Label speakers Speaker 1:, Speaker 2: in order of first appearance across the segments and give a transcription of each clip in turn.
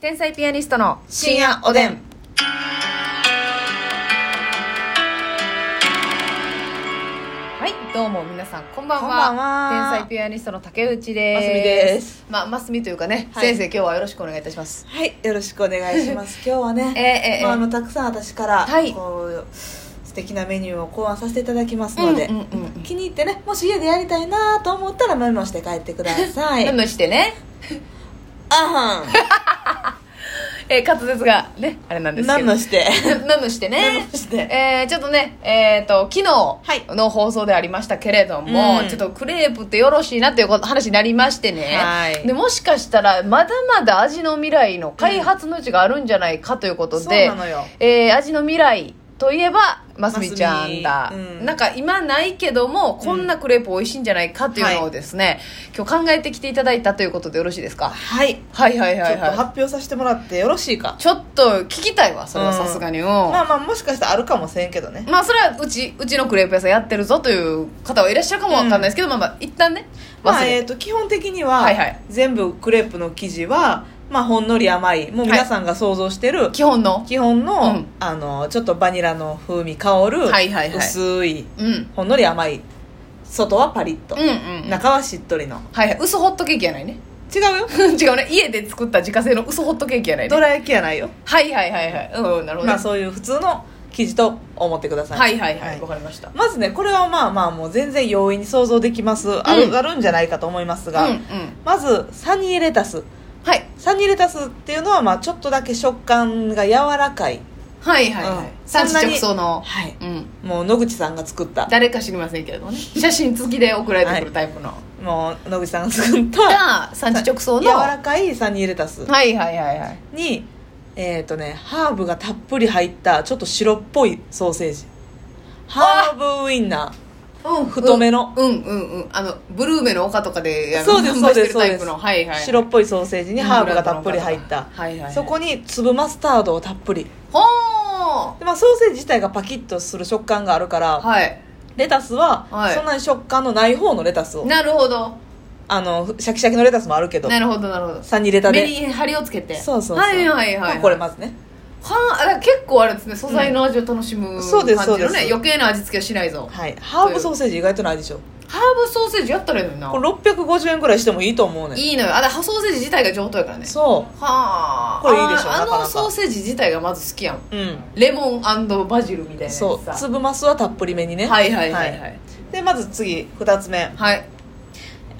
Speaker 1: 天才ピアニストの
Speaker 2: 深夜おでん。
Speaker 1: はいどうも皆さんこんばんは
Speaker 2: こんばんは
Speaker 1: 天才ピアニストの竹内です
Speaker 2: ますみです
Speaker 1: まあますみというかね、
Speaker 2: はい
Speaker 1: 先生今日はよろしくお願いいたします
Speaker 2: はい、よろしくお願いします。今日はね、
Speaker 1: ええええ
Speaker 2: まあ、あのたくさん私から、
Speaker 1: はい
Speaker 2: こう素敵なメニューを考案させていただきますので、
Speaker 1: うんうんうんうん
Speaker 2: 気に入ってね、もし家でやりたいなと思ったらメモして帰ってください。
Speaker 1: メモしてね、
Speaker 2: あは ん。
Speaker 1: えー、滑舌がねあれなんですけ
Speaker 2: 何
Speaker 1: ど
Speaker 2: のして。
Speaker 1: メモしてね
Speaker 2: メモして
Speaker 1: えーちょっとねえっ、と昨日の放送でありましたけれども、
Speaker 2: うん
Speaker 1: ちょっとクレープってよろしいなっていうこと話になりましてね、
Speaker 2: はい
Speaker 1: でもしかしたらまだまだ味の未来の開発の余地があるんじゃないかということ
Speaker 2: そう
Speaker 1: で、
Speaker 2: なのよ。
Speaker 1: えー味の未来といえばますみちゃんだ、
Speaker 2: ますみうん
Speaker 1: なんか今ないけどもこんなクレープ美味しいんじゃないかというのをですね、今日考えてきていただいたということでよろしいですか
Speaker 2: はい。
Speaker 1: はいはいはい
Speaker 2: ちょっと発
Speaker 1: は
Speaker 2: 表させてもらってよろしいか
Speaker 1: い。ちょっと聞きたいわそれはさすがにうん
Speaker 2: まあまあ、もしかしたらあるかもしれんけどね。
Speaker 1: まあそれはうちうちのクレープ屋さんやってるぞという方はいらっしゃるかもわかんないですけど、まあまあ一旦ね忘れ、
Speaker 2: まあ、えっ、と、基本的には、
Speaker 1: はいはい
Speaker 2: 全部クレープの生地は、まあ、ほんのり甘い、もう皆さんが想像してる、
Speaker 1: 基本の
Speaker 2: 基本の,、
Speaker 1: うん
Speaker 2: あのちょっとバニラの風味香る、
Speaker 1: はいはいはい
Speaker 2: 薄い
Speaker 1: うんうん
Speaker 2: ほんのり甘い外はパリッと、
Speaker 1: うん
Speaker 2: 中はしっとりの
Speaker 1: はいはい薄ホットケーキやないね
Speaker 2: 違うよ
Speaker 1: 違うね家で作った自家製の薄ホットケーキやない
Speaker 2: ど
Speaker 1: ね
Speaker 2: ら焼きやないよ、
Speaker 1: はいはいはいはいうんなるほど、ね
Speaker 2: まあ、そういう普通の生地と思ってください、
Speaker 1: はいはいはいわかりました
Speaker 2: まずねこれはまあまあもう全然容易に想像できます、あ
Speaker 1: うん
Speaker 2: るあるんじゃないかと思いますが、
Speaker 1: うんうん
Speaker 2: まずサニーレタス
Speaker 1: はい
Speaker 2: サニーレタスっていうのはまあちょっとだけ食感が柔らかい、
Speaker 1: はいはいは
Speaker 2: う
Speaker 1: い
Speaker 2: ん
Speaker 1: 産地
Speaker 2: そんなに
Speaker 1: 直送の
Speaker 2: はい、
Speaker 1: うん
Speaker 2: もう野口さんが作った
Speaker 1: 誰か知りませんけれどもね写真付きで送られてくるタイプの、
Speaker 2: もう野口さんが作った
Speaker 1: が産地直送
Speaker 2: 柔
Speaker 1: の
Speaker 2: らかいサニーレタス
Speaker 1: はいはいはいはい
Speaker 2: にえっ、とねハーブがたっぷり入ったちょっと白っぽいソーセージハーブウインナ
Speaker 1: うん、
Speaker 2: 太めの
Speaker 1: うんうんうんあのブルーメの丘とかであの
Speaker 2: そ うです
Speaker 1: 販売してる
Speaker 2: そうです
Speaker 1: タイプのはい
Speaker 2: ー、
Speaker 1: はい
Speaker 2: 白っぽいソーセージにハーブがたっぷり入っ
Speaker 1: は
Speaker 2: た
Speaker 1: いはいはい
Speaker 2: そこに粒マスタードをたっぷり
Speaker 1: ほ
Speaker 2: で、まあ、ソーセージ自体がパキッとする食感があるから、
Speaker 1: ーはい
Speaker 2: レタスは
Speaker 1: はい
Speaker 2: そんなに食感のない方のレタスを、
Speaker 1: なるほど
Speaker 2: あのシャキシャキのレタスもあるけど
Speaker 1: なるほどなるほど
Speaker 2: サニーレタ
Speaker 1: メ
Speaker 2: で
Speaker 1: リーハリをつけて
Speaker 2: そうそうそう、
Speaker 1: はいはいはい、は
Speaker 2: まあ
Speaker 1: い、
Speaker 2: これまずね
Speaker 1: はあだから結構あれですね素材の味を楽しむ
Speaker 2: う
Speaker 1: 感
Speaker 2: ん
Speaker 1: じ
Speaker 2: そ
Speaker 1: の
Speaker 2: うです
Speaker 1: ね、
Speaker 2: そうです
Speaker 1: 余計な味付けはしないぞ
Speaker 2: はいハーブソーセージ意外とないでしょ
Speaker 1: ハーブソーセージやったらいいのにな
Speaker 2: これ650円ぐらいしてもいいと思うねん
Speaker 1: いいのよあだからソーセージ自体が上等やからね
Speaker 2: そ
Speaker 1: はあ
Speaker 2: これいいでしょ
Speaker 1: あ
Speaker 2: なかな
Speaker 1: あ
Speaker 2: か
Speaker 1: のソーセージ自体がまず好きやん
Speaker 2: ううん
Speaker 1: レモンバジルみたいなやつさ
Speaker 2: そう粒マスはたっぷりめにね
Speaker 1: はいはいはいはい
Speaker 2: でまず次2つ目
Speaker 1: はい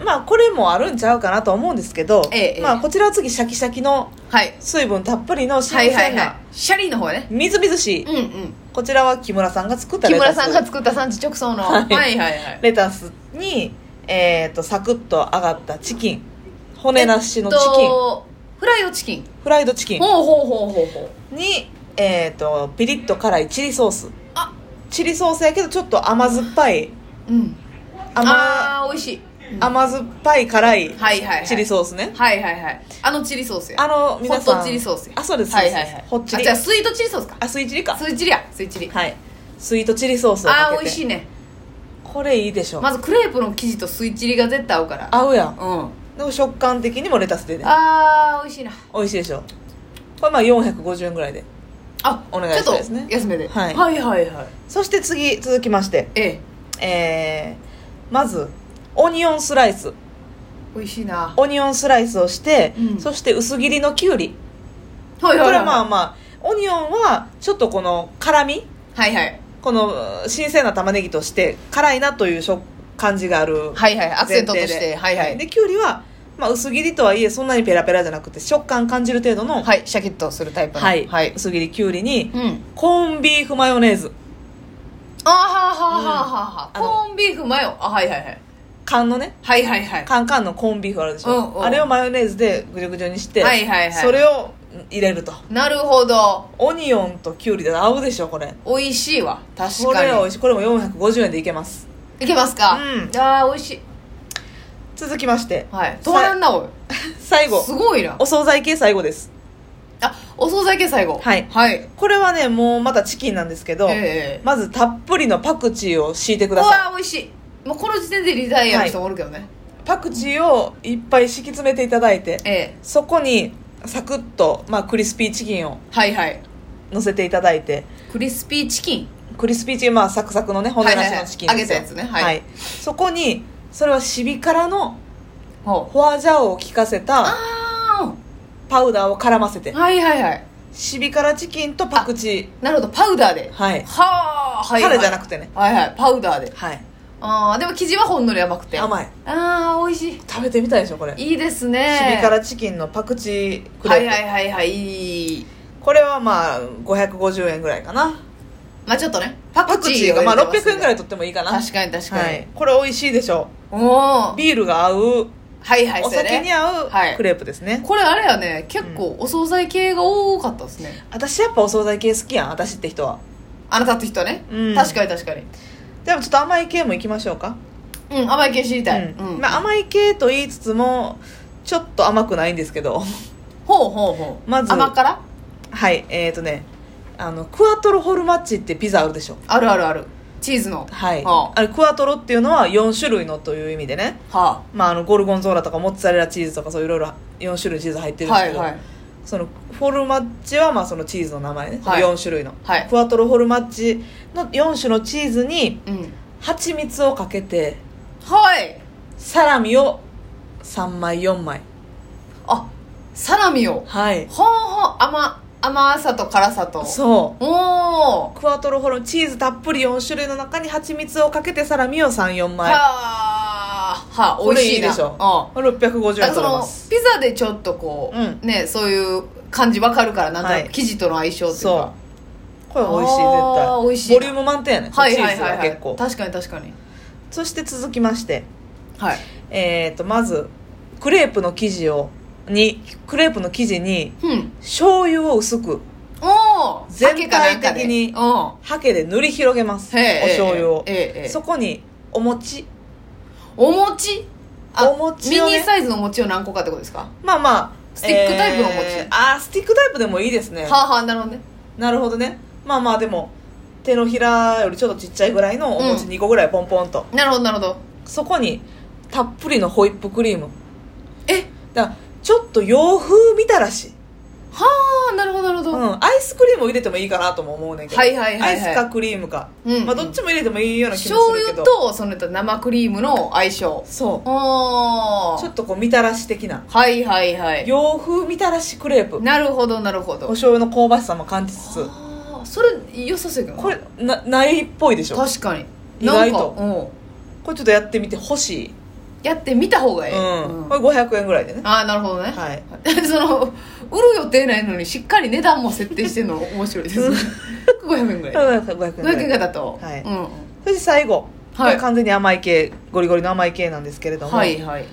Speaker 2: まあこれもあるんちゃうかなと思うんですけど、
Speaker 1: ええええ
Speaker 2: まあ、こちらは次シャキシャキの
Speaker 1: はい
Speaker 2: 水分たっぷりの新
Speaker 1: はいは
Speaker 2: 鮮
Speaker 1: いはい
Speaker 2: な
Speaker 1: シャリの方ね
Speaker 2: みずみずしい、
Speaker 1: うんうん
Speaker 2: こちらは木村さんが作った
Speaker 1: 木
Speaker 2: レタ
Speaker 1: 村
Speaker 2: ス
Speaker 1: さんが作った産地直送のは
Speaker 2: はいい
Speaker 1: はいはい
Speaker 2: レタスに、えー、とサクッと揚がったチキン骨なしのチキン、
Speaker 1: えっとフライドチキン
Speaker 2: フライドチキン
Speaker 1: ほうほうほうほうほう
Speaker 2: に、えー、とピリッと辛いチリソース
Speaker 1: あ
Speaker 2: チリソースやけどちょっと甘酸っぱい
Speaker 1: うん
Speaker 2: 甘
Speaker 1: ああー美味しい
Speaker 2: 甘酸っぱい辛い
Speaker 1: はいはいはい
Speaker 2: チリソースね、
Speaker 1: はいはいはいあのチリソースや
Speaker 2: あの皆さん
Speaker 1: ホットチリソースや
Speaker 2: あそうです
Speaker 1: はいはいはい
Speaker 2: ホッチ
Speaker 1: あ
Speaker 2: リ
Speaker 1: じゃあスイートチリソースか
Speaker 2: あスイチリか
Speaker 1: スイチリやスイチリ
Speaker 2: はいスイートチリソースをかけて
Speaker 1: ああ美味しいね
Speaker 2: これいいでしょ、
Speaker 1: まずクレープの生地とスイチリが絶対合うから
Speaker 2: 合うやん
Speaker 1: うん
Speaker 2: でも食感的にもレタスでね
Speaker 1: あー美味しいな
Speaker 2: 美味しいでしょこれまあ450円ぐらいで
Speaker 1: あ
Speaker 2: お願いしたいですね
Speaker 1: ちょっと安めで
Speaker 2: はい
Speaker 1: はいはいはい
Speaker 2: そして次続きまして
Speaker 1: ええ
Speaker 2: えー、まずオニオンスライス
Speaker 1: 美味しいな
Speaker 2: オニオンスライスをして、
Speaker 1: うん
Speaker 2: そして薄切りのきゅうり
Speaker 1: は
Speaker 2: こ
Speaker 1: いはいはい
Speaker 2: れはまあまあオニオンはちょっとこの辛み
Speaker 1: はいはい
Speaker 2: この新鮮な玉ねぎとして辛いなという食感じがある
Speaker 1: はいはいアクセントとし
Speaker 2: 前提
Speaker 1: て
Speaker 2: で
Speaker 1: はいはい
Speaker 2: できゅうりは、まあ、薄切りとはいえそんなにペラペラじゃなくて食感感じる程度の、
Speaker 1: はいシャキッとするタイプの
Speaker 2: はい
Speaker 1: はい
Speaker 2: 薄切りきゅうりに
Speaker 1: うん
Speaker 2: コーンビーフマヨネーズ
Speaker 1: あははははは
Speaker 2: うんあの
Speaker 1: コーンビーフマヨあはいはいはい
Speaker 2: 缶のね
Speaker 1: はいはいはい
Speaker 2: 缶缶のコーンビーフあるでしょ、
Speaker 1: うんうん
Speaker 2: あれをマヨネーズでぐじょぐじょにして、
Speaker 1: はいはいはい
Speaker 2: それを入れると
Speaker 1: なるほど
Speaker 2: オニオンときゅうりで合うでしょこれ
Speaker 1: 美味しいわ確
Speaker 2: こ
Speaker 1: か
Speaker 2: れ美
Speaker 1: に
Speaker 2: 味しいこれも450円でいけます
Speaker 1: いけますか
Speaker 2: うん
Speaker 1: あー美味しい
Speaker 2: 続きまして、
Speaker 1: はい止まらんなおい
Speaker 2: 最後
Speaker 1: すごいな
Speaker 2: お惣菜系最後です
Speaker 1: あお惣菜系最後
Speaker 2: はい
Speaker 1: はい
Speaker 2: これはねもうまたチキンなんですけど、
Speaker 1: ええ
Speaker 2: まずたっぷりのパクチーを敷いてく
Speaker 1: う
Speaker 2: ださい
Speaker 1: わー美味しいもうこの時点でリタイアの人もおるけどね
Speaker 2: パクチーをいっぱい敷き詰めていただいて
Speaker 1: ええ
Speaker 2: そこにサクッと、まあ、クリスピーチキンを
Speaker 1: はいはい
Speaker 2: 乗せていただいて
Speaker 1: クリスピーチキン
Speaker 2: クリスピーチキン、まあ、サクサクのね骨なしのチキンですよ
Speaker 1: はいはいはい揚げたやつねはい
Speaker 2: そこにそれはシビ辛の
Speaker 1: ほう
Speaker 2: ホアジャオを効かせた
Speaker 1: あ
Speaker 2: パウダーを絡ませて
Speaker 1: あはいはいはい
Speaker 2: シビ辛チキンとパクチ
Speaker 1: なるほどパウダーで
Speaker 2: ー
Speaker 1: は
Speaker 2: はい
Speaker 1: あはい
Speaker 2: タ
Speaker 1: はい
Speaker 2: レじゃなくてね
Speaker 1: はいはいパウダーで
Speaker 2: はい
Speaker 1: ああでも生地はほんのり甘くて
Speaker 2: 甘い
Speaker 1: ああ美味しい
Speaker 2: 食べてみたいでしょこれシ
Speaker 1: いいですね
Speaker 2: ビ辛チキンのパクチークレ
Speaker 1: は
Speaker 2: ープ、
Speaker 1: いはいはいはいいい
Speaker 2: これはまあ550円ぐらいかな
Speaker 1: まあちょっとねパ
Speaker 2: パ
Speaker 1: ク
Speaker 2: ク
Speaker 1: チ
Speaker 2: チー
Speaker 1: ー
Speaker 2: がまあ
Speaker 1: を入れて
Speaker 2: 600円ぐら
Speaker 1: い
Speaker 2: い取ってもいいかな
Speaker 1: 確かに確かに、
Speaker 2: はい、これ美味しいでしょ
Speaker 1: おお
Speaker 2: ビールが合う
Speaker 1: はいはい
Speaker 2: お酒に
Speaker 1: は
Speaker 2: 合う
Speaker 1: はい
Speaker 2: クレープですね、
Speaker 1: これあれやね結構お惣菜系が多かったですね、
Speaker 2: 私やっぱお惣菜系好きやん私って人は
Speaker 1: あなたって人はね、
Speaker 2: うん
Speaker 1: 確かに確かに
Speaker 2: でもちょっと甘い系もいきましょうか、
Speaker 1: うん甘い系知りたい、
Speaker 2: う
Speaker 1: うんん
Speaker 2: まあ、甘い系と言いつつもちょっと甘くないんですけど
Speaker 1: ほうほうほう
Speaker 2: まず
Speaker 1: 甘辛
Speaker 2: はいえっ、ー、とねあのクワトロホルマッチってピザあるでしょ
Speaker 1: あるあるあるチーズの
Speaker 2: はい
Speaker 1: は
Speaker 2: あれクワトロっていうのは4種類のという意味でね、
Speaker 1: あ、は
Speaker 2: まあ、あのゴルゴンゾーラとかモッツァレラチーズとかそういろいろ4種類チーズ入って
Speaker 1: あ、
Speaker 2: る
Speaker 1: はい
Speaker 2: んですけど、
Speaker 1: はい
Speaker 2: そのフォルマッチはまあそのチーズの名前ね、
Speaker 1: はい
Speaker 2: 4種類の、
Speaker 1: はい
Speaker 2: クワトロフォルマッチの4種のチーズに
Speaker 1: うん
Speaker 2: 蜂蜜をかけて
Speaker 1: はい
Speaker 2: サラミを3枚4枚
Speaker 1: あサラミを
Speaker 2: はい
Speaker 1: ほうほう甘甘さと辛さと
Speaker 2: そ
Speaker 1: おお
Speaker 2: うクワトロフォルチーズたっぷり4種類の中に蜂蜜をかけてサラミを34
Speaker 1: は
Speaker 2: 枚
Speaker 1: あはあ
Speaker 2: こ
Speaker 1: 美
Speaker 2: れ
Speaker 1: 味しいな
Speaker 2: でしょ
Speaker 1: うん
Speaker 2: 650
Speaker 1: だか
Speaker 2: 円
Speaker 1: らそ
Speaker 2: 取れま
Speaker 1: の
Speaker 2: す
Speaker 1: ピザでちょっとこう、
Speaker 2: う
Speaker 1: ねそういう感じわかるからなんとな
Speaker 2: はい
Speaker 1: く生地との相性っていうか、
Speaker 2: そうこれ美味しい
Speaker 1: あー美味
Speaker 2: 絶
Speaker 1: しいな
Speaker 2: 対ボリューム満点やね、
Speaker 1: はい
Speaker 2: チ
Speaker 1: は
Speaker 2: ー
Speaker 1: い
Speaker 2: ズ
Speaker 1: はい、
Speaker 2: が
Speaker 1: はい、
Speaker 2: 結構
Speaker 1: 確かに確かに
Speaker 2: そして続きまして
Speaker 1: はい
Speaker 2: えー、とまずクレープの生地をにクレープの生地に
Speaker 1: うん
Speaker 2: 醤油を薄く
Speaker 1: おお
Speaker 2: 全体的に
Speaker 1: うんお
Speaker 2: ハケで塗り広げますお醤油を、
Speaker 1: ええええ
Speaker 2: そこにお餅
Speaker 1: お餅あ
Speaker 2: お餅をね
Speaker 1: ミニサイズのお餅を何個かってことですか
Speaker 2: まあまあ
Speaker 1: スティックタイプのお餅
Speaker 2: えーあースティックタイプでもいいですね
Speaker 1: はあはあなるほどね
Speaker 2: なるほどねまあまあでも手のひらよりちょっとちっちゃいぐらいのお餅
Speaker 1: うん
Speaker 2: 2個ぐらいポンポンと、
Speaker 1: なるほどなるほど
Speaker 2: そこにたっぷりのホイップクリーム
Speaker 1: え
Speaker 2: だからちょっと洋風みたらし
Speaker 1: はあなるほどなるほど、
Speaker 2: うん、アイスクリームを入れてもいいかなとも思うねんけど、
Speaker 1: はいはいはいはい
Speaker 2: アイスかクリームか、
Speaker 1: うん
Speaker 2: まあ、どっちも入れてもいいような気も
Speaker 1: 醤
Speaker 2: するけ
Speaker 1: 油
Speaker 2: ど
Speaker 1: とその生クリームの相性
Speaker 2: そう
Speaker 1: お
Speaker 2: ちょ
Speaker 1: ー
Speaker 2: っとこうみたらし的な
Speaker 1: はいはいはい
Speaker 2: 洋風みたらしクレープ
Speaker 1: なるほどなるほ
Speaker 2: お
Speaker 1: ど
Speaker 2: 醤油の香ばしさも感じつつ
Speaker 1: あーそれ良さそうやけど
Speaker 2: こ
Speaker 1: な
Speaker 2: れなないっぽいでしょ
Speaker 1: 確かに
Speaker 2: 意外
Speaker 1: な
Speaker 2: と
Speaker 1: んかうん
Speaker 2: これちょっとやってみてほしい、
Speaker 1: やってみた方がいい、
Speaker 2: うん
Speaker 1: うん
Speaker 2: これ500円ぐらいでね
Speaker 1: ああなるほどね、
Speaker 2: はい
Speaker 1: その売る予定ないのにしっかり値段も設定して るの面白いですね500円ぐらい
Speaker 2: 500円ぐら
Speaker 1: 500円
Speaker 2: い
Speaker 1: がだと、
Speaker 2: はい
Speaker 1: うんうん
Speaker 2: そして最後、
Speaker 1: はい
Speaker 2: これ完全に甘い系ゴリゴリの甘い系なんですけれども、
Speaker 1: はいはい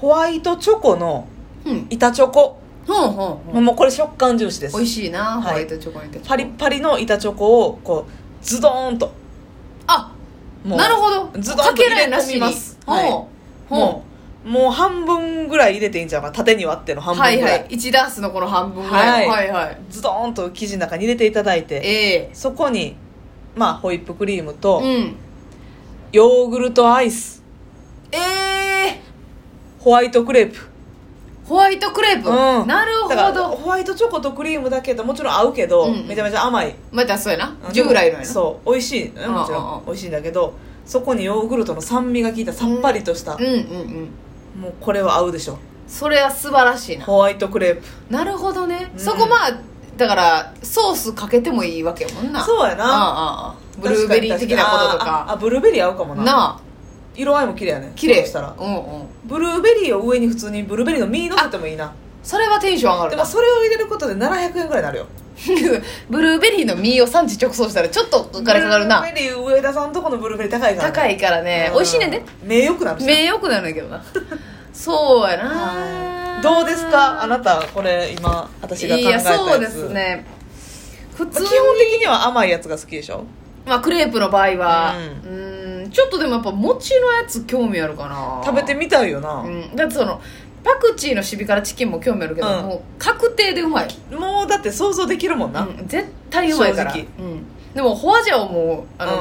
Speaker 2: ホワイトチョコの
Speaker 1: うん
Speaker 2: 板チョコ、
Speaker 1: ほんほんほん
Speaker 2: もうこれ食感重視です
Speaker 1: 美味しいな、
Speaker 2: はい
Speaker 1: ホワイトチョコにって
Speaker 2: パリッパリの板チョコをこうズドーンと
Speaker 1: あ
Speaker 2: もう
Speaker 1: なるほど
Speaker 2: ズドンと
Speaker 1: かけないなし
Speaker 2: 入れ込み
Speaker 1: に
Speaker 2: ます
Speaker 1: ほう
Speaker 2: はい
Speaker 1: ほ
Speaker 2: もうもう半分ぐらい入れていいんちゃうかな縦に割っての
Speaker 1: う
Speaker 2: 半分
Speaker 1: は
Speaker 2: ぐ
Speaker 1: い
Speaker 2: ら
Speaker 1: は
Speaker 2: い、
Speaker 1: い1ダースのこの半分ぐらいの
Speaker 2: は
Speaker 1: はいいはい
Speaker 2: ズドーンと生地の中に入れていただいて
Speaker 1: ええ
Speaker 2: そこにまあホイップクリームと、
Speaker 1: うん
Speaker 2: ヨーグルトアイス
Speaker 1: ええ
Speaker 2: ホワイトクレープ
Speaker 1: ホワイトクレープ、
Speaker 2: うん
Speaker 1: なるほ
Speaker 2: だから
Speaker 1: ど
Speaker 2: ホワイトチョコとクリームだけどもちろん合うけど、
Speaker 1: うん
Speaker 2: めちゃめちゃ甘い
Speaker 1: またそうやな
Speaker 2: うん
Speaker 1: 従来のやな
Speaker 2: そう美味しいねもち
Speaker 1: うんうん
Speaker 2: ろ
Speaker 1: うん
Speaker 2: ん美味しいんだけどそこにヨーグルトの酸味が効いたさっぱりとした、
Speaker 1: うんうんうん
Speaker 2: もうこれは合うでしょ
Speaker 1: それは素晴らしいな
Speaker 2: ホワイトクレープ
Speaker 1: なるほどね、
Speaker 2: うん
Speaker 1: そこまあだからソースかけてもいいわけやもんなう
Speaker 2: そう
Speaker 1: あ
Speaker 2: や
Speaker 1: あ
Speaker 2: な
Speaker 1: ああブルーベリー的なことと
Speaker 2: 確にあーあ
Speaker 1: か
Speaker 2: あブルーベリー合うかもな
Speaker 1: なあ
Speaker 2: 色合いも綺麗やね
Speaker 1: 綺麗
Speaker 2: そうしたら
Speaker 1: うんうん
Speaker 2: ブルーベリーを上に普通にブルーベリーの実乗せてもいいな
Speaker 1: それはテンション上が
Speaker 2: で
Speaker 1: る
Speaker 2: も
Speaker 1: な
Speaker 2: それを入れることで700円ぐらいになるよ
Speaker 1: ブルーベリーの実を産地直送したらちょっとお金かかる
Speaker 2: ブル
Speaker 1: な
Speaker 2: ーベリー上田さんとこのブルーベリー高いから、
Speaker 1: 高いからね美味しいねんで
Speaker 2: で名誉くなるしな
Speaker 1: 名誉くなるんだけどなそうや
Speaker 2: は
Speaker 1: ない
Speaker 2: どうですかあなたこれ今私が考え
Speaker 1: い
Speaker 2: たや
Speaker 1: や
Speaker 2: つ
Speaker 1: そうですね普
Speaker 2: まあ
Speaker 1: 通
Speaker 2: 基
Speaker 1: に
Speaker 2: 本的には甘いやつが好きでしょ
Speaker 1: まあクレープの場合は
Speaker 2: う
Speaker 1: うんちょっとでもやっぱ餅のやつ興味あるかな
Speaker 2: 食べてみたいよな、
Speaker 1: うん、だってそのパクチーのシビ辛チキンも興味あるけど、
Speaker 2: うん
Speaker 1: もう確定でうまい、
Speaker 2: もうだって想像できるもんな、
Speaker 1: うん、絶対うまいから、
Speaker 2: 正
Speaker 1: うん、でもホアジャオもあ
Speaker 2: う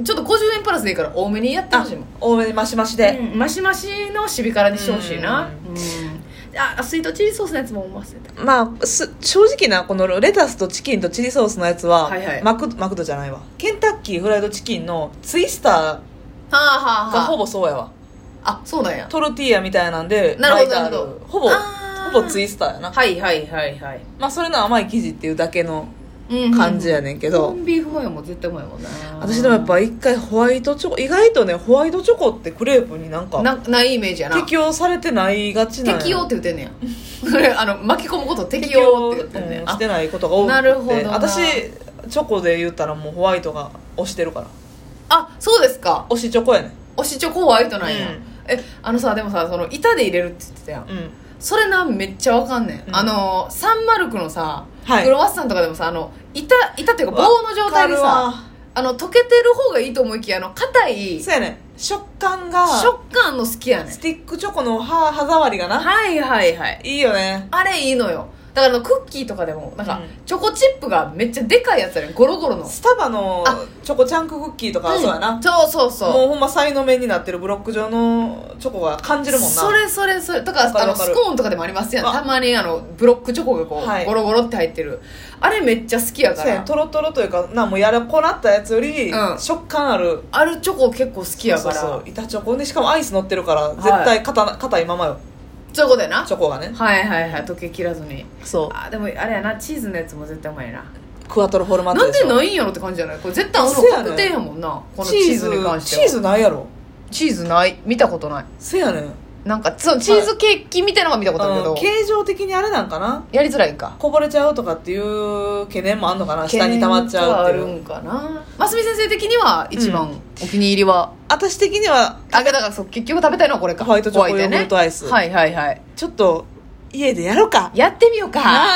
Speaker 1: の
Speaker 2: ん、
Speaker 1: ちょっと50円プラスでいいから多めにやってほ
Speaker 2: あ
Speaker 1: しいもん
Speaker 2: 多めにマシマシで、
Speaker 1: うんマシマシのシビ辛にしてほしいな、う
Speaker 2: う
Speaker 1: ん
Speaker 3: あスイートチリソースのやつも忘れた
Speaker 2: まあす正直なこのレタスとチキンとチリソースのやつは、
Speaker 1: はいはい
Speaker 2: マクマクドじゃないわケンタッキーフライドチキンのツイスタ
Speaker 1: はあはあ
Speaker 2: ー
Speaker 1: は
Speaker 2: が
Speaker 1: あ
Speaker 2: ほぼそうやわ
Speaker 1: あそうなんや
Speaker 2: トルティーヤみたいなんで
Speaker 1: なるほど
Speaker 2: 巻いてあ
Speaker 1: なるほど
Speaker 2: ほぼ
Speaker 1: あー
Speaker 2: ほぼツイスターやな、
Speaker 1: はいはいはいはい
Speaker 2: まあ、それの甘い生地っていうだけの
Speaker 1: うんうん
Speaker 2: 感じやねんけど、
Speaker 1: コンビーフマヨも絶対うまいもんな
Speaker 2: 私でもやっぱ一回ホワイトチョコ意外とねホワイトチョコってクレープになんか
Speaker 1: なないイメージやな
Speaker 2: 適用されてないがちなんや
Speaker 1: 適用って言ってんねやそれ あの巻き込むこと適用って言ってんね
Speaker 2: うん
Speaker 1: や
Speaker 2: し
Speaker 1: あ
Speaker 2: てないことが多くて
Speaker 1: なるほどな
Speaker 2: 私チョコで言ったらもうホワイトが推してるから
Speaker 1: あそうですか
Speaker 2: 推しチョコやねん
Speaker 1: おしチョコはあいとないや、
Speaker 2: うん
Speaker 1: えあのさでもさその板で入れるって言ってたやん
Speaker 2: うん
Speaker 1: それなめっちゃわかんねん、
Speaker 2: うん
Speaker 1: あのサンマルクのさ、
Speaker 2: はい
Speaker 1: クロワッサンとかでもさあの板板っていうか棒の状態で
Speaker 2: わか
Speaker 1: さあの溶けてる方がいいと思いきやあの硬い
Speaker 2: るわ
Speaker 1: 食
Speaker 2: そうやねん食感が
Speaker 1: 感の好きやねん
Speaker 2: スティックチョコの歯歯触りがな
Speaker 1: はいはいはい
Speaker 2: いいよね
Speaker 1: あれいいのよだからあのクッキーとかでもなんか、
Speaker 2: うん
Speaker 1: チョコチップがめっちゃでかいやつやねんゴロゴロの
Speaker 2: スタバの
Speaker 1: あ
Speaker 2: チョコチャンククッキーとかはそうやな、
Speaker 1: んそうそうそう
Speaker 2: もうほんま才能面になってるブロック状のチョコが感じるもんな
Speaker 1: それそれそれと
Speaker 2: わ
Speaker 1: か
Speaker 2: か
Speaker 1: あ
Speaker 2: る
Speaker 1: の
Speaker 2: わかる
Speaker 1: スコーンとかでもありますやん
Speaker 2: わ
Speaker 1: たまにあのブロックチョコがこう、
Speaker 2: はい
Speaker 1: ゴロゴロって入ってるあれめっちゃ好きやか
Speaker 2: そうや
Speaker 1: ら
Speaker 2: ねトロトロというかなもうやらこなったやつより、
Speaker 1: うん
Speaker 2: 食感ある
Speaker 1: あるチョコ結構好きやから
Speaker 2: そうそう板チョコでしかもアイス乗ってるから絶対硬な硬いままよ
Speaker 1: そういうことやな
Speaker 2: チョコがね
Speaker 1: はいはいはい溶け切らずに
Speaker 2: そ
Speaker 1: あでもあれやなチーズのやつも絶対うまいな
Speaker 2: うクワトロフォルマッ
Speaker 1: な
Speaker 2: ト
Speaker 1: ん
Speaker 2: で
Speaker 1: で
Speaker 2: しょ
Speaker 1: ないんやろって感じじゃないこれ絶対あるの
Speaker 2: そうやね
Speaker 1: 確定やもんなこのチ
Speaker 2: チ
Speaker 1: ー
Speaker 2: ーズ
Speaker 1: ズに関して
Speaker 2: チー
Speaker 1: は
Speaker 2: ズないやろ
Speaker 1: チーズない見たことない
Speaker 2: せやねん
Speaker 1: なんかそのチーズケーキみたいなのが見たことあるけ
Speaker 2: う
Speaker 1: ど、
Speaker 2: ん形状的にあれなんかな
Speaker 1: やりづらいんか
Speaker 2: こぼれちゃうとかっていう懸念もあんのかな下に溜まっちゃうって
Speaker 1: 懸
Speaker 2: い
Speaker 1: 念
Speaker 2: う
Speaker 1: とあるんかな真澄先生的には一番お気に入りは、
Speaker 2: 私的には
Speaker 1: あだからそう結局食べたいのはこれか
Speaker 2: ホワイトチョコ
Speaker 1: ホワイトやね
Speaker 2: ヨーグルトアイス
Speaker 1: はいはいはい
Speaker 2: ちょっと家でやろうか
Speaker 1: やってみようか
Speaker 2: はい